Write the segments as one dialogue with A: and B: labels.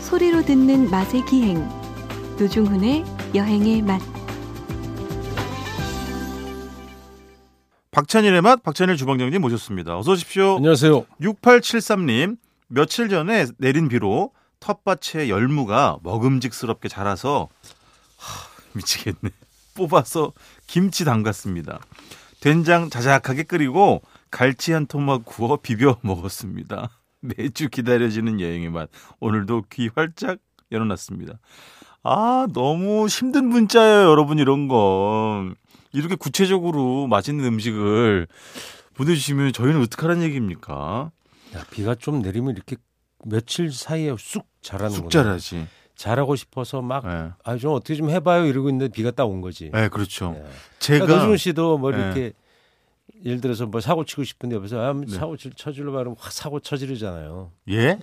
A: 소리로 듣는 맛의 기행 노중훈의 여행의 맛
B: 박찬일의 맛 박찬일 주방장님 모셨습니다. 어서 오십시오.
C: 안녕하세요.
B: 6873님 며칠 전에 내린 비로 텃밭의 열무가 먹음직스럽게 자라서 하, 미치겠네. 뽑아서 김치 담갔습니다. 된장 자작하게 끓이고 갈치 한 통만 구워 비벼 먹었습니다. 매주 기다려지는 여행의 맛 오늘도 귀 활짝 열어놨습니다. 아 너무 힘든 문자예요 여러분 이런 건 이렇게 구체적으로 맛있는 음식을 보내주시면 저희는 어떡하란 얘기입니까?
C: 야, 비가 좀 내리면 이렇게 며칠 사이에 쑥 자라는
B: 쑥 자라지.
C: 잘하고 싶어서 막
B: 예.
C: 아, 좀 어떻게 좀 해봐요 이러고 있는데 비가 딱 온 거지.
B: 예, 그렇죠.
C: 예.
B: 제가
C: 그러니까 노준 씨도 뭐
B: 예.
C: 이렇게 예를 들어서 뭐 사고 치고 싶은데 옆에서 아,
B: 네.
C: 사고 칠- 쳐주려고 하면 확 사고 쳐지르잖아요.
B: 예?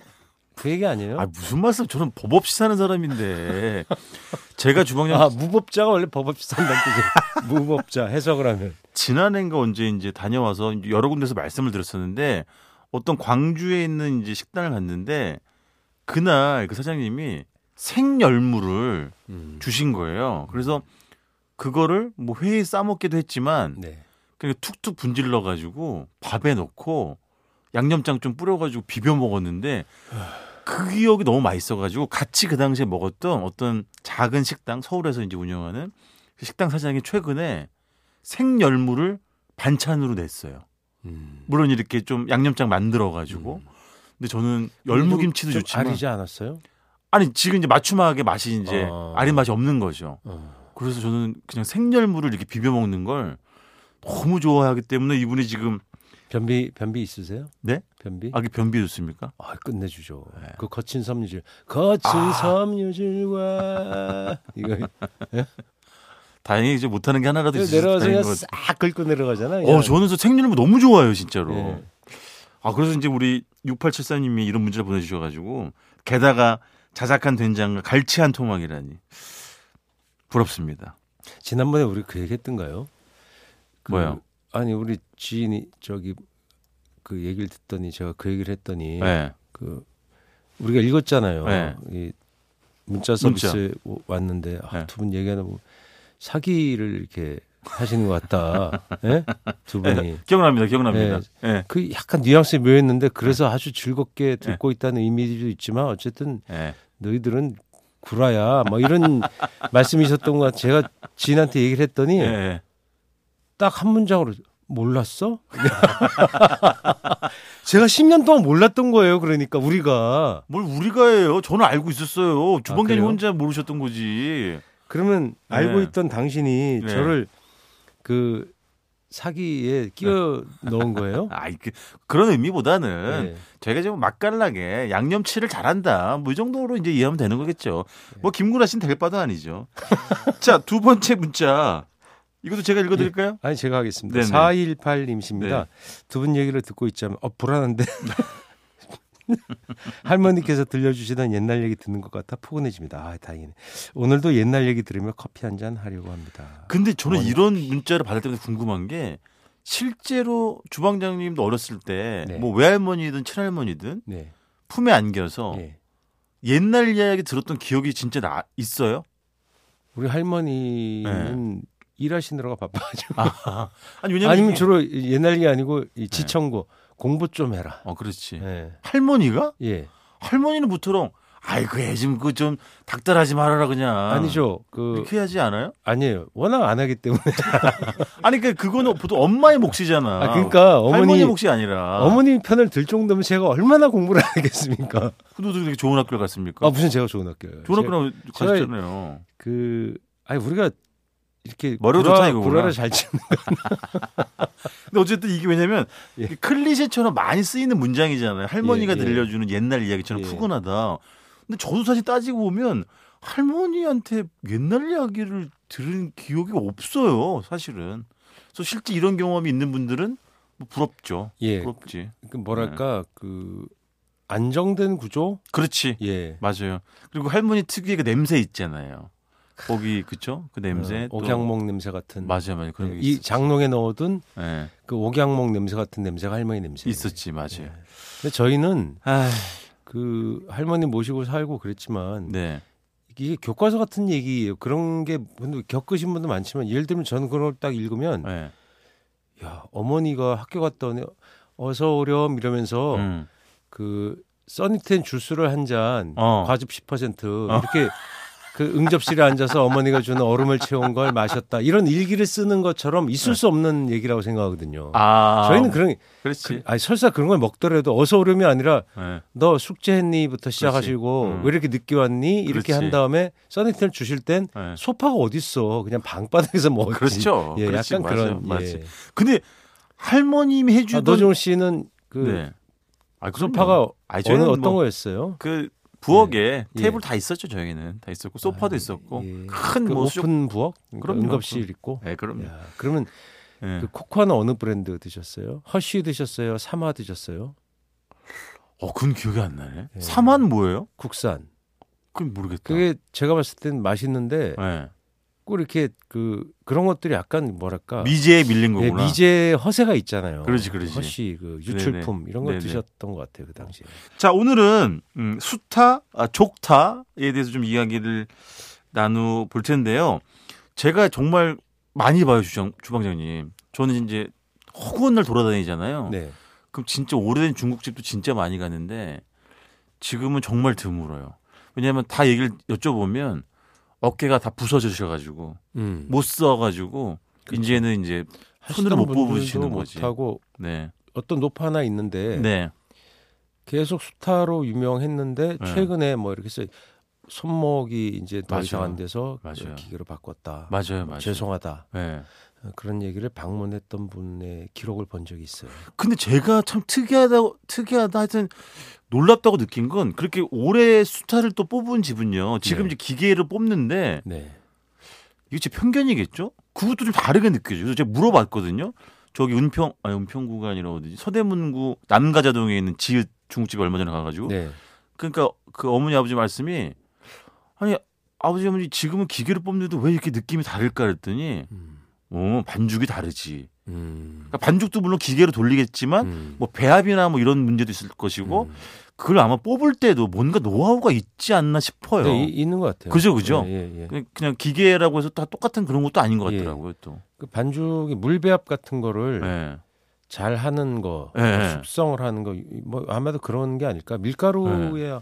C: 그 얘기 아니에요?
B: 아 무슨 말씀? 저는 법 없이 사는 사람인데 제가 주방장
C: 아, 무법자가 원래 법 없이 산다는 뜻이에요. 무법자 해석을 하면.
B: 지난해인가 언제 이제 다녀와서 여러 군데서 말씀을 드렸었는데 어떤 광주에 있는 이제 식당을 갔는데 그날 그 사장님이 생열무를
C: 음.
B: 주신 거예요. 그래서 그거를 뭐 회에 싸먹기도 했지만
C: 네.
B: 그냥 툭툭 분질러 가지고 밥에 넣고 양념장 좀 뿌려 가지고 비벼 먹었는데 그 기억이 너무 맛있어 가지고 같이 그 당시에 먹었던 어떤 작은 식당 서울에서 이제 운영하는 그 식당 사장이 최근에 생열무를 반찬으로 냈어요. 물론 이렇게 좀 양념장 만들어 가지고 근데 저는 열무김치도
C: 음. 좀
B: 좋지만
C: 아리지 않았어요?
B: 아니 지금 이제 맞춤하게 맛이 이제
C: 어.
B: 아린 맛이 없는 거죠.
C: 어.
B: 그래서 저는 그냥 생열무를 이렇게 비벼 먹는 걸 너무 좋아하기 때문에 이분이 지금
C: 변비 변비 있으세요?
B: 네?
C: 변비?
B: 아기 변비 줬습니까?
C: 아, 끝내주죠.
B: 네.
C: 그 거친 섬유질, 거친
B: 아.
C: 섬유질과 이거
B: 다행히 이제 못하는 게 하나라도 있어서
C: 네, 내려와서
B: 다행인
C: 그냥
B: 것 같아요.
C: 싹 긁고 내려가잖아.
B: 어, 저는 저 생열무 너무 좋아해요, 진짜로.
C: 예.
B: 아, 그래서 이제 우리 6874님이 이런 문자를 보내주셔가지고 게다가 자작한 된장과 갈치 한 토막이라니 부럽습니다.
C: 지난번에 우리 그 얘기했던가요? 그-
B: 뭐요?
C: 아니 우리 지인이 저기 그 얘기를 듣더니 제가 그 얘기를 했더니
B: 예. 네.
C: 그 우리가 읽었잖아요.
B: 네.
C: 이 문자 서비스에 오- 왔는데 아,
B: 네.
C: 두 분 얘기하다 보면 사기를 이렇게 하시는 것 같다. 예? 두
B: 네.
C: 분이.
B: 기억납니다, 기억납니다. 예.
C: 그 약간 뉘앙스 묘했는데 그래서
B: 네.
C: 아주 즐겁게 듣고 있다는 의미도 있지만 어쨌든
B: 예.
C: 너희들은 구라야 뭐 이런 말씀이셨던 것 같아요. 제가 지인한테 얘기를 했더니
B: 예, 예.
C: 딱 한 문장으로 몰랐어? 제가 10년 동안 몰랐던 거예요. 그러니까 우리가
B: 뭘 우리가 해요? 저는 알고 있었어요. 주방장님
C: 아, 그래요?
B: 혼자 모르셨던 거지.
C: 그러면
B: 네.
C: 알고 있던 당신이
B: 네.
C: 저를 그 사기에 끼워 넣은 거예요.
B: 아, 그, 그런 의미보다는
C: 네.
B: 저희가 지금 맛깔나게 양념치를 잘한다. 뭐 이 정도로 이제 이해하면 되는 거겠죠.
C: 예.
B: 뭐 김구라 씨는 될 바도 아니죠. 자, 두 번째 문자. 이것도 제가 읽어 드릴까요?
C: 아니 제가 하겠습니다.
B: 네네. 네.
C: 418님십니다. 두 분 얘기를 듣고 있자면 어 불안한데 할머니께서 들려주시던 옛날 얘기 듣는 것 같아 포근해집니다. 아 다행이네. 오늘도 옛날 얘기 들으며 커피 한 잔 하려고 합니다.
B: 근데 저는
C: 어머니.
B: 이런 문자를 받을 때마다 궁금한 게 실제로 주방장님도 어렸을 때 뭐
C: 네.
B: 외할머니든 친할머니든
C: 네.
B: 품에 안겨서
C: 예.
B: 옛날 이야기 들었던 기억이 진짜 나, 있어요?
C: 우리 할머니는 일하시느라가 바빠가지고
B: 아니 네. 왜냐면
C: 아니면
B: 이게- 네.
C: 주로 옛날 얘기 아니고 이 지청고 공부 좀 해라.
B: 어 그렇지.
C: 예.
B: 할머니가?
C: 예.
B: 할머니는 보통 아이고 애 좀 그 좀 닥달하지 말아라 그냥.
C: 아니죠. 그
B: 이렇게 하지 않아요?
C: 아니에요. 워낙 안 하기 때문에.
B: 아니 그러니까 그거는 보통 엄마의 몫이잖아.
C: 아, 그러니까
B: 할머니
C: 어머니
B: 몫이 아니라.
C: 어머님 편을 들 정도면 제가 얼마나 공부를 하겠습니까?
B: 후두둑 이렇게 좋은 학교를 갔습니까?
C: 아 무슨 제가 좋은 학교예요.
B: 좋은
C: 제가
B: 학교를 가셨잖아요.
C: 그 아니 우리가 이렇게
B: 머리가
C: 구라-
B: 좋다, 이거구나.
C: 구라를 잘 치는
B: 근데 어쨌든 이게 왜냐면
C: 예.
B: 이게 클리셰처럼 많이 쓰이는 문장이잖아요. 할머니가
C: 예, 예.
B: 들려주는 옛날 이야기처럼
C: 예.
B: 푸근하다. 근데 저도 사실 따지고 보면 할머니한테 옛날 이야기를 들은 기억이 없어요. 사실은. 그래서 실제 이런 경험이 있는 분들은 뭐 부럽죠.
C: 예.
B: 부럽지.
C: 그 뭐랄까
B: 네.
C: 그 안정된 구조?
B: 그렇지.
C: 예.
B: 맞아요. 그리고 할머니 특유의 그 냄새 있잖아요. 거기 그쵸? 그 냄새.
C: 어,
B: 또-
C: 옥양목 냄새 같은
B: 맞아요, 맞아요. 그런 게
C: 이
B: 있었지.
C: 장롱에 넣어둔
B: 예,
C: 그 옥양목 냄새 같은 냄새가 할머니 냄새.
B: 있었지, 맞아요.
C: 근데 저희는
B: 아,
C: 그 할머니 모시고 살고 그랬지만
B: 네.
C: 이게 교과서 같은 얘기예요. 그런 게 근데 겪으신 분도 많지만 예를 들면 저는 그걸 딱 읽으면
B: 네.
C: 야 어머니가 학교 갔더니 어서 오렴 이러면서
B: 음.
C: 그 써니텐 주스를 한 잔
B: 어.
C: 과즙 10%
B: 어.
C: 이렇게 그 응접실에 앉아서 어머니가 주는 얼음을 채운 걸 마셨다 이런 일기를 쓰는 것처럼 있을 수 없는 얘기라고 생각하거든요.
B: 네. 아
C: 어. 저희는 그런
B: 그렇지.
C: 아니 설사 그런 걸 먹더라도 어서 오렴이 아니라
B: 네.
C: 너 숙제했니부터 시작하시고
B: 음.
C: 왜 이렇게 늦게 왔니 이렇게
B: 그렇지.
C: 한 다음에 써니텐을 주실 땐
B: 네.
C: 소파가 어딨어 그냥 방바닥에서 먹지
B: 그렇죠.
C: 어, 예,
B: 그렇지,
C: 약간
B: 맞아요,
C: 그런
B: 맞아요.
C: 예.
B: 근데 할머님이
C: 아,
B: 해주던
C: 노종 씨는 그
B: 네. 아, 그럼요.
C: 소파가
B: 아니,
C: 어느
B: 저희는
C: 어떤
B: 뭐-
C: 거였어요?
B: 그 부엌에
C: 예.
B: 테이블 다 있었죠 저희는 다 있었고 소파도
C: 아,
B: 있었고
C: 예. 그
B: 큰뭐 쇼.
C: 오픈 부엌 그러니까
B: 그럼요.
C: 응급실 있고
B: 네, 그럼. 요 예. 네.
C: 야, 그러면 그 코코아는 어느 브랜드 드셨어요? 허쉬 드셨어요? 사마 드셨어요?
B: 어, 그건 기억이 안 나네.
C: 예.
B: 사만 뭐예요?
C: 국산
B: 그건 모르겠다.
C: 그게 제가 봤을 땐 맛있는데
B: 예.
C: 꼭 이렇게 그 그런 것들이 약간 뭐랄까
B: 미제에 밀린
C: 예,
B: 거구나.
C: 미제 허세가 있잖아요.
B: 그러지, 그러지. 네,
C: 허쉬 그 유출품 이런 거
B: 네네.
C: 드셨던 것 같아요 그 당시에.
B: 자, 오늘은 음, 수타, 아, 족타에 대해서 좀 이야기를 나누 볼 텐데요. 제가 정말 많이 봐요, 주장, 주방장님. 저는 이제 허구한 날 돌아다니잖아요.
C: 네.
B: 그럼 진짜 오래된 중국집도 진짜 많이 가는데 지금은 정말 드물어요. 왜냐하면 다 얘기를 여쭤보면 어깨가 다 부서지셔가지고
C: 음.
B: 못 써가지고
C: 그쵸.
B: 이제는 이제 뭐 손으로 못 뽑으시는 거지.
C: 못하고
B: 네,
C: 어떤 노파 하나 있는데
B: 네,
C: 계속 수타로 유명했는데
B: 네.
C: 최근에 뭐 이렇게 써 손목이 이제 더
B: 맞아요.
C: 이상 안 돼서 그
B: 맞아요.
C: 기계로 바꿨다.
B: 맞아요, 맞아요.
C: 죄송하다.
B: 네.
C: 그런 얘기를 방문했던 분의 기록을 본 적이 있어요.
B: 근데 제가 참 특이하다고 특이하다 하여튼 놀랍다고 느낀 건 그렇게 오래 수타를 또 뽑은 집은요. 지금
C: 네.
B: 이제 기계를 뽑는데
C: 네.
B: 이게 제 편견이겠죠? 그것도 좀 다르게 느껴져요. 그래서 제가 물어봤거든요. 저기 은평 아니 은평구가 아니라 어디지? 서대문구 남가자동에 있는 지읒 중국집에 얼마 전에 가가지고
C: 네.
B: 그러니까 그 어머니 아버지 말씀이 아니 아버지 어머니 지금은 기계로 뽑는데도 왜 이렇게 느낌이 다를까 그랬더니
C: 음.
B: 어 반죽이 다르지.
C: 음.
B: 그러니까 반죽도 물론 기계로 돌리겠지만
C: 음.
B: 뭐 배합이나 뭐 이런 문제도 있을 것이고
C: 음.
B: 그걸 아마 뽑을 때도 뭔가 노하우가 있지 않나 싶어요.
C: 네, 이- 있는 것 같아요.
B: 그죠, 그죠?
C: 예, 예, 예.
B: 그냥- 그냥 기계라고 해서 다 똑같은 그런 것도 아닌 것
C: 예. 네.
B: 같더라고요 또.
C: 그 반죽이 물배합 같은 거를
B: 예.
C: 잘 하는 거,
B: 예.
C: 숙성을 하는 거, 뭐 아마도 그런 게 아닐까. 밀가루에
B: 네.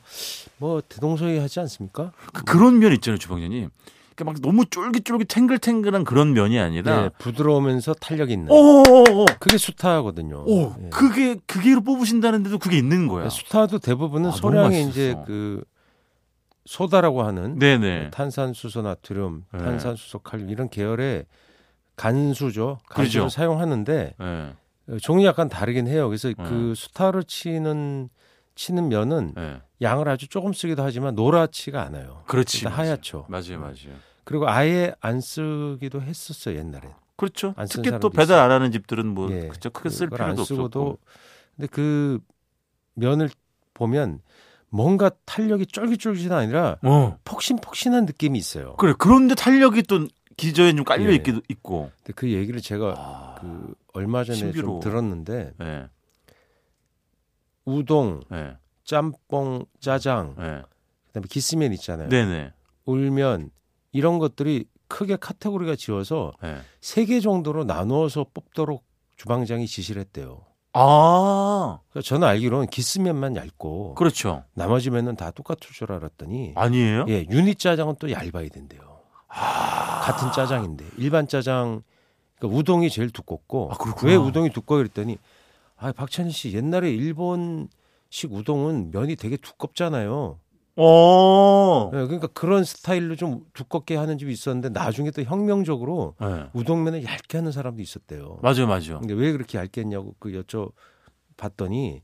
C: 뭐 대동소이하지 않습니까?
B: 그, 런 면이 있잖아요 주방장님. 그러니까 막 너무 쫄깃쫄깃 탱글탱글한 그런 면이 아니라
C: 예, 부드러우면서 탄력 있는.
B: 오오오
C: 그게 수타거든요.
B: 오,
C: 예. 네,
B: 그게 그게로 뽑으신다는데도 그게 있는 거야.
C: 수타도
B: 아,
C: 대부분은
B: 너무
C: 소량의
B: 맛있었어.
C: 이제 그 소다라고 하는 뭐
B: 네네.
C: 탄산수소 나트륨,
B: 네.
C: 탄산수소 칼륨 이런 계열의 간수죠. 간수를
B: 그렇죠.
C: 사용하는데
B: 예.
C: 어, 종이 약간 다르긴 해요. 그래서 그
B: 네.
C: 수타로 치는 치는 면은
B: 예.
C: 양을 아주 조금 쓰기도 하지만 노랗지가 않아요.
B: 그렇지.
C: 일단 하얗죠. 네.
B: 맞아요, 맞아요.
C: 그리고 아예 안 쓰기도 했었어요 옛날엔.
B: 그렇죠.
C: 안쓴
B: 특히 또
C: 사람도
B: 배달 안 하는 집들은 뭐
C: 예,
B: 그쵸 크게 쓸
C: 그걸 안
B: 필요도 없었고.
C: 근데 그 면을 보면 뭔가 탄력이 쫄깃쫄깃이 아니라
B: 어.
C: 폭신폭신한 느낌이 있어요.
B: 그래. 그런데 탄력이 또 기저에 좀 깔려
C: 예.
B: 있기도 있고.
C: 근데 그 얘기를 제가
B: 아.
C: 그 얼마 전에
B: 신비로워.
C: 좀 들었는데
B: 예.
C: 우동,
B: 예.
C: 짬뽕, 짜장,
B: 예.
C: 그다음에 기스면 있잖아요.
B: 네네.
C: 울면 이런 것들이 크게 카테고리가 지어서
B: 예.
C: 세 개 정도로 나누어서 뽑도록 주방장이 지시를 했대요.
B: 아.
C: 그러니까 저는 알기로는 기스면만 얇고
B: 그렇죠.
C: 나머지 면은 다 똑같을 줄 알았더니
B: 아니에요?
C: 예, 유닛 짜장은 또 얇아야 된대요.
B: 아.
C: 같은 짜장인데 일반 짜장 그러니까 우동이 제일 두껍고
B: 아, 그렇구나.
C: 왜 우동이 두꺼워 그랬더니 아 박찬희 씨 옛날에 일본식 우동은 면이 되게 두껍잖아요.
B: 어.
C: 예, 그러니까 그런 스타일로 좀 두껍게 하는 집이 있었는데 나중에 또 혁명적으로
B: 예.
C: 우동면을 얇게 하는 사람도 있었대요.
B: 맞아요, 맞아요.
C: 근데 왜 그렇게 얇게 했냐고 그 여쭤봤더니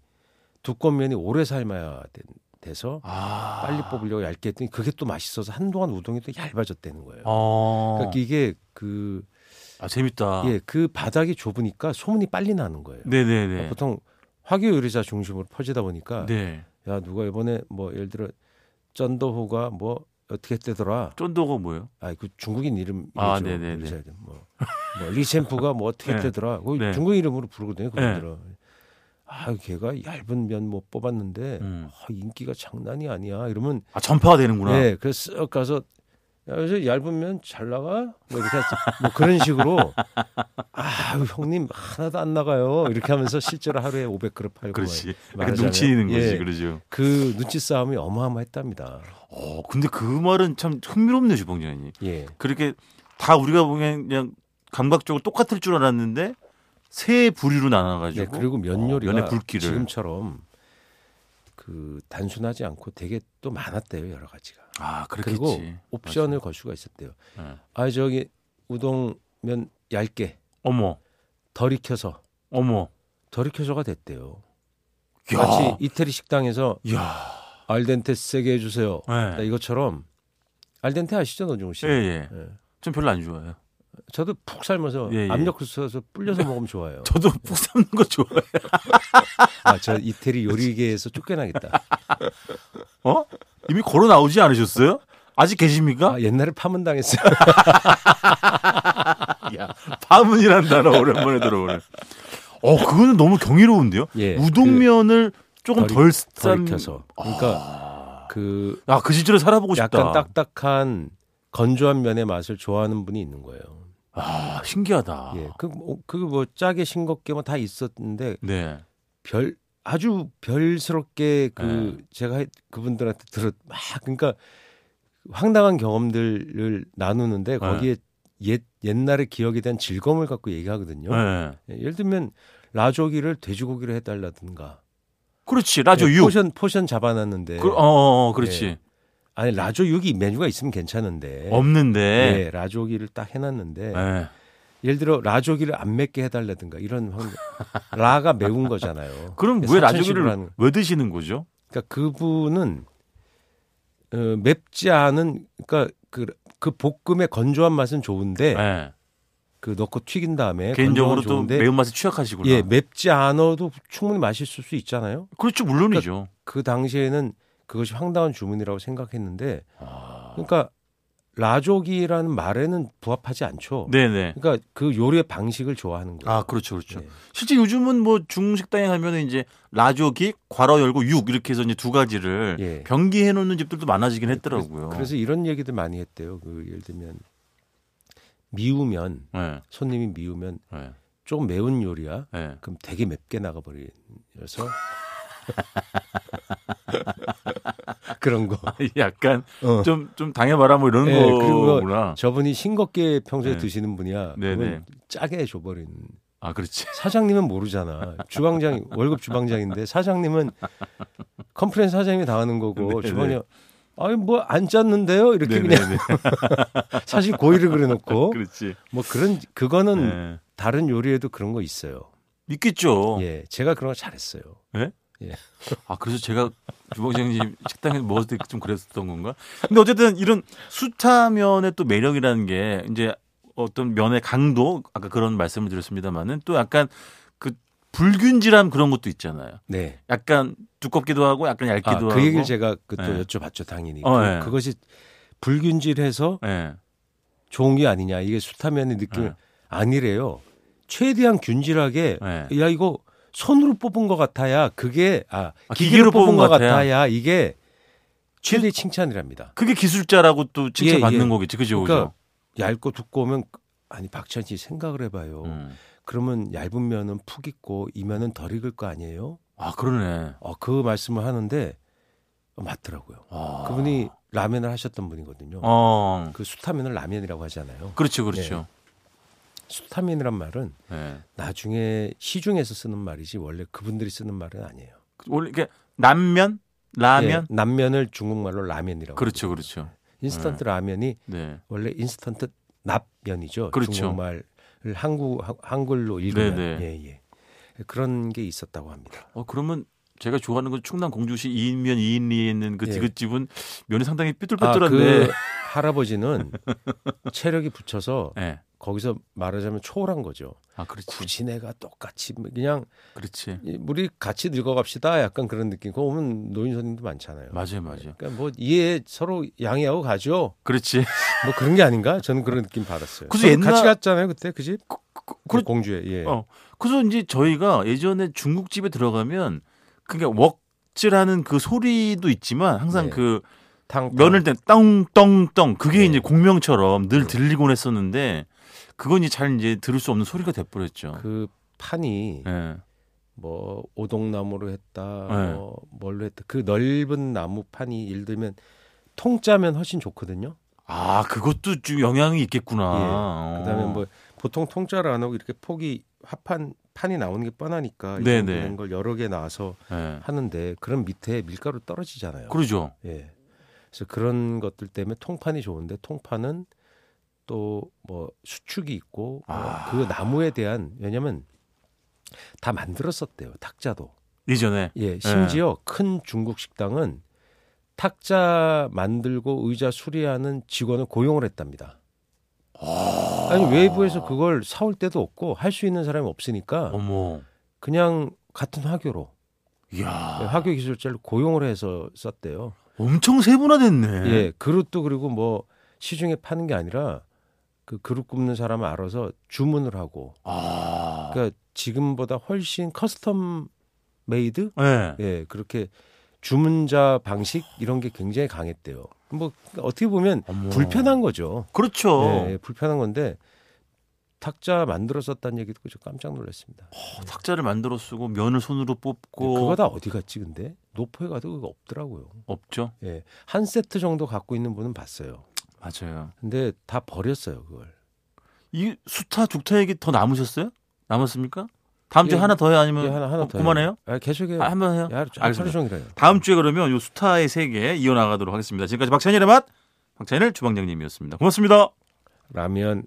C: 두꺼운 면이 오래 삶아야 된- 돼서
B: 아.
C: 빨리 뽑으려고 얇게 했더니 그게 또 맛있어서 한동안 우동이 또 얇아졌다는 거예요.
B: 아.
C: 그러니까 이게 그,
B: 아, 재밌다.
C: 예, 그 바닥이 좁으니까 소문이 빨리 나는 거예요.
B: 네네네.
C: 아, 보통 아. 화교 요리사 중심으로 퍼지다 보니까
B: 네.
C: 야, 누가 이번에 뭐 예를 들어 쩐더호가 뭐 어떻게 뜨더라.
B: 쫀도가 뭐예요?
C: 아, 그 중국인 이름
B: 아,
C: 이거죠.
B: 네네네.
C: 요리사 이름. 뭐, 뭐 리챔프가 뭐 어떻게
B: 네.
C: 뜨더라. 그거
B: 네.
C: 중국 인 이름으로 부르거든요. 그분들은. 아 걔가 얇은 면 못 뽑았는데
B: 음.
C: 아, 인기가 장난이 아니야 이러면
B: 아 전파가 되는구나.
C: 예 그래서 쓱 가서 야, 요새 얇은 면 잘 나가 뭐 이렇게 해서 뭐 그런 식으로 아 형님 하나도 안 나가요 이렇게 하면서 실제로 하루에 500그릇 팔고
B: 그렇지.
C: 말-
B: 약간
C: 말하자면.
B: 눈치는 거지,
C: 예.
B: 그러죠.
C: 그 눈치 싸움이 어마어마했답니다.
B: 어, 근데 그 말은 참 흥미롭네요, 주방장님.
C: 예.
B: 그렇게 다 우리가 보기엔 그냥 감각적으로 똑같을 줄 알았는데 세 부류로 나눠가지고
C: 네, 그리고
B: 어,
C: 면 요리가
B: 면의 굵기를
C: 지금처럼 그 단순하지 않고 되게 또 많았대요 여러 가지가.
B: 아 그렇겠지.
C: 그리고 옵션을 걸 수가 있었대요.
B: 예.
C: 아 저기 우동면 얇게
B: 어머,
C: 덜 익혀서
B: 어머.
C: 덜 익혀서가 됐대요.
B: 야,
C: 마치 이태리 식당에서
B: 야,
C: 알덴테 세게 해주세요.
B: 예.
C: 이것처럼 알덴테 아시죠 노중훈 씨?
B: 예, 예.
C: 예.
B: 좀 별로 안 좋아해요.
C: 저도 푹 삶아서
B: 예, 예.
C: 압력솥 써서 불려서 먹으면 좋아요.
B: 저도 푹 삶는 거 좋아해.
C: 아 저 이태리 요리계에서 쫓겨나겠다.
B: 아. 어? 이미 걸어 나오지 않으셨어요? 아직 계십니까?
C: 아, 옛날에 파문 당했어요.
B: 야, 파문이란 단어 오랜만에 들어보네. 어, 그거는 너무 경이로운데요.
C: 예,
B: 우동면을 조금 덜,
C: 덜덜
B: 삶.
C: 익혀서. 그러니까 그
B: 아, 그 시절에 살아보고 싶다.
C: 약간 딱딱한 건조한 면의 맛을 좋아하는 분이 있는 거예요.
B: 아, 신기하다.
C: 예, 그뭐 그게 뭐 짜게 싱겁게 뭐 다 있었는데
B: 네.
C: 별 아주 별스럽게
B: 네.
C: 그 제가 해- 그분들한테 들어 막 그러니까 황당한 경험들을
B: 네.
C: 나누는데 거기에 옛 옛날의 기억에 대한 즐거움을 갖고 얘기하거든요.
B: 네.
C: 예, 예를 들면 라조기를 돼지고기로 해달라든가.
B: 그렇지. 라조
C: 예,
B: 육.
C: 포션 포션 잡아놨는데
B: 그, 어, 어, 그렇지.
C: 예. 아니 라조 육이 메뉴가 있으면 괜찮은데
B: 없는데.
C: 예, 라조기를 딱 해놨는데
B: 예.
C: 예를 들어 라조기를 안 맵게 해달라든가 이런 황- 라가 매운 거잖아요. 예,
B: 그럼 왜
C: 사천식으로
B: 라조기를
C: 하는-
B: 왜 드시는 거죠?
C: 그러니까 그분은 어, 맵지 않은 그러니까 그, 그 볶음의 건조한 맛은 좋은데
B: 예.
C: 그 넣고 튀긴 다음에
B: 개인적으로
C: 네. 건조한
B: 또
C: 좋은데
B: 매운맛에 취약하시구나.
C: 예 맵지 않아도 충분히 맛있을 수 있잖아요.
B: 그렇죠. 물론이죠.
C: 그 당시에는 그것이 황당한 주문이라고 생각했는데
B: 아.
C: 그러니까 라조기라는 말에는 부합하지 않죠.
B: 네네.
C: 그러니까 그 요리의 방식을 좋아하는 거예요.
B: 아, 그렇죠. 그렇죠.
C: 예.
B: 실제 요즘은 뭐 중식당에 가면 은 이제 라조기, 괄호 열고 육 이렇게 해서 이제 두 가지를
C: 예.
B: 변기해 놓는 집들도 많아지긴 했더라고요.
C: 그래서 이런 얘기들 많이 했대요. 그 예를 들면 미우면
B: 예.
C: 손님이 미우면
B: 예.
C: 조금 매운 요리야.
B: 예.
C: 그럼 되게 맵게 나가버려서 그런 거.
B: 네. 약간
C: 어.
B: 좀 좀 당해봐라 뭐 이런
C: 예, 그리고
B: 거구나.
C: 저분이 싱겁게 평소에
B: 네.
C: 드시는 분이야.
B: 네,
C: 그러면 짜게 줘버리는.
B: 아 그렇지.
C: 사장님은 모르잖아. 주방장 월급 주방장인데 사장님은 컴플레인 사장님이 당하는 거고
B: 네,
C: 주방장 아니 뭐 안 짰는데요 이렇게 그냥 사실 고의를 그려놓고
B: 그렇지.
C: 뭐 그런 그거는
B: 예.
C: 다른 요리에도 그런 거 있어요.
B: 있겠죠.
C: 예, 제가 그런 거 잘했어요.
B: 아 그래서 제가 주방장님 식당에서 먹었을 때 좀 그랬었던 건가? 근데 어쨌든 이런 수타면의 또 매력이라는 게 이제 어떤 면의 강도 아까 그런 말씀을 드렸습니다만은 또 약간 그 불균질함 그런 것도 있잖아요.
C: 네.
B: 약간 두껍기도 하고 약간 얇기도
C: 아,
B: 하고.
C: 그 얘기를 제가 그 또
B: 예.
C: 여쭤봤죠 당연히.
B: 어,
C: 그,
B: 예.
C: 것이 불균질해서
B: 예.
C: 좋은 게 아니냐 이게 수타면의 느낌
B: 예.
C: 아니래요. 최대한 균질하게
B: 예.
C: 야 이거 손으로 뽑은 것 같아야 그게 아
B: 아,
C: 기계로, 뽑은 것
B: 같아야.
C: 같아야, 이게 최대 칭찬이랍니다.
B: 그게 기술자라고 또 칭찬받는
C: 예, 예.
B: 거겠지. 그죠?
C: 그러니까 얇고 두꺼우면 그, 아니 박찬 씨 생각을 해봐요.
B: 그죠? 음.
C: 그러면 얇은 면은 푹 익고 이 면은 덜 익을 거 아니에요?
B: 아, 그러네.
C: 어, 그 말씀을 하는데 어, 맞더라고요.
B: 아.
C: 그분이 라면을 하셨던 분이거든요.
B: 어.
C: 그 수타면을 라면이라고 하잖아요.
B: 그렇죠. 그렇죠.
C: 수타면이란 말은
B: 예.
C: 나중에 시중에서 쓰는 말이지 원래 그분들이 쓰는 말은 아니에요.
B: 원래 이게 남면, 라면.
C: 예, 남면을 중국말로 라면이라고.
B: 그렇죠.
C: 하거든요.
B: 그렇죠.
C: 인스턴트 라면이
B: 네.
C: 원래 인스턴트 납면이죠.
B: 그렇죠.
C: 중국말을 한국 한글로 읽으면
B: 네, 네.
C: 예, 예. 그런 게 있었다고 합니다.
B: 어 그러면 제가 좋아하는 건 충남 공주시 이인면 이인리에 있는 그
C: 예.
B: 디귿집은 면이 상당히
C: 아,
B: 삐뚤빼뚤한데.
C: 그 할아버지는 체력이 붙여서
B: 예.
C: 거기서 말하자면 초월한 거죠.
B: 아, 그렇지.
C: 굳이 내가 똑같이 뭐 그냥
B: 그렇지.
C: 이- 우리 같이 늙어갑시다 약간 그런 느낌. 그거 오면 노인 손님도 많잖아요.
B: 맞아요, 맞아요.
C: 그러니까 뭐 이해 서로 양해하고 가죠.
B: 그렇지.
C: 뭐 그런 게 아닌가? 저는 그런 느낌 받았어요.
B: 그래서
C: 저도
B: 옛날-
C: 같이 갔잖아요 그때 그 집.
B: 그렇-
C: 공주에 예.
B: 어. 그래서 이제 저희가 예전에 중국집에 들어가면 그러니까 웍질하는 그 소리도 있지만 항상
C: 네.
B: 그
C: 탕
B: 면을 때 떵떵떵 그게
C: 네. 음.
B: 이제 공명처럼 늘 들리곤 했었는데 그건 이제 잘 이제 들을 수 없는 소리가 돼버렸죠.
C: 그 판이
B: 예.
C: 뭐 오동나무로 했다,
B: 네.
C: 뭐 뭘로 했다. 그 넓은 나무 판이 예를 들면 통짜면 훨씬 좋거든요.
B: 아 그것도 좀 영향이 있겠구나.
C: 예. 그다음에
B: 어.
C: 뭐 보통 통짜를 안 하고 이렇게 폭이 화판 판이 나오는 게 뻔하니까
B: 네네.
C: 이런 걸 여러 개 나와서
B: 예.
C: 하는데 그럼 밑에 밀가루 떨어지잖아요.
B: 그러죠.
C: 예. 그래서 그런 것들 때문에 통판이 좋은데 통판은 또 뭐 수축이 있고 뭐
B: 아.
C: 그 나무에 대한 왜냐면 다 만들었었대요 탁자도
B: 예전에
C: 예 심지어 큰 중국 식당은 탁자 만들고 의자 수리하는 직원을 고용을 했답니다 아니 외부에서 그걸 사올 데도 없고 할 수 있는 사람이 없으니까
B: 어머,
C: 그냥 같은 화교로
B: 이야,
C: 예, 화교 기술자를 고용을 해서 썼대요
B: 엄청 세분화됐네.
C: 예, 그릇도 그리고 뭐 시중에 파는 게 아니라 그 그릇 굽는 사람 알아서 주문을 하고
B: 아,
C: 그러니까 지금보다 훨씬 커스텀 메이드
B: 예.
C: 예 그렇게 주문자 방식 이런 게 굉장히 강했대요. 뭐 어떻게 보면
B: 어머.
C: 불편한 거죠.
B: 그렇죠.
C: 예, 예, 불편한 건데 탁자 만들어 썼다는 얘기 듣고 저 깜짝 놀랐습니다.
B: 어, 탁자를 만들어 쓰고 면을 손으로 뽑고
C: 예, 그거 다 어디 갔지 근데 노포에 가도 그거 없더라고요.
B: 없죠.
C: 예, 한 세트 정도 갖고 있는 분은 봤어요.
B: 맞아요.
C: 근데 다 버렸어요 그걸.
B: 이 수타 죽타 얘기 더 남으셨어요? 남았습니까? 다음 주에
C: 예,
B: 하나 더 해요? 아니면
C: 예, 하나 하나
B: 어,
C: 더.
B: 그만해요?
C: 아, 계속해요.
B: 아, 한번 해요.
C: 야, 하루- 하루
B: 알겠습니다.
C: 종일 해요.
B: 다음 주에 그러면 요 수타의 세계 이어나가도록 하겠습니다. 지금까지 박찬일의 맛 박찬일 주방장님이었습니다. 고맙습니다.
C: 라면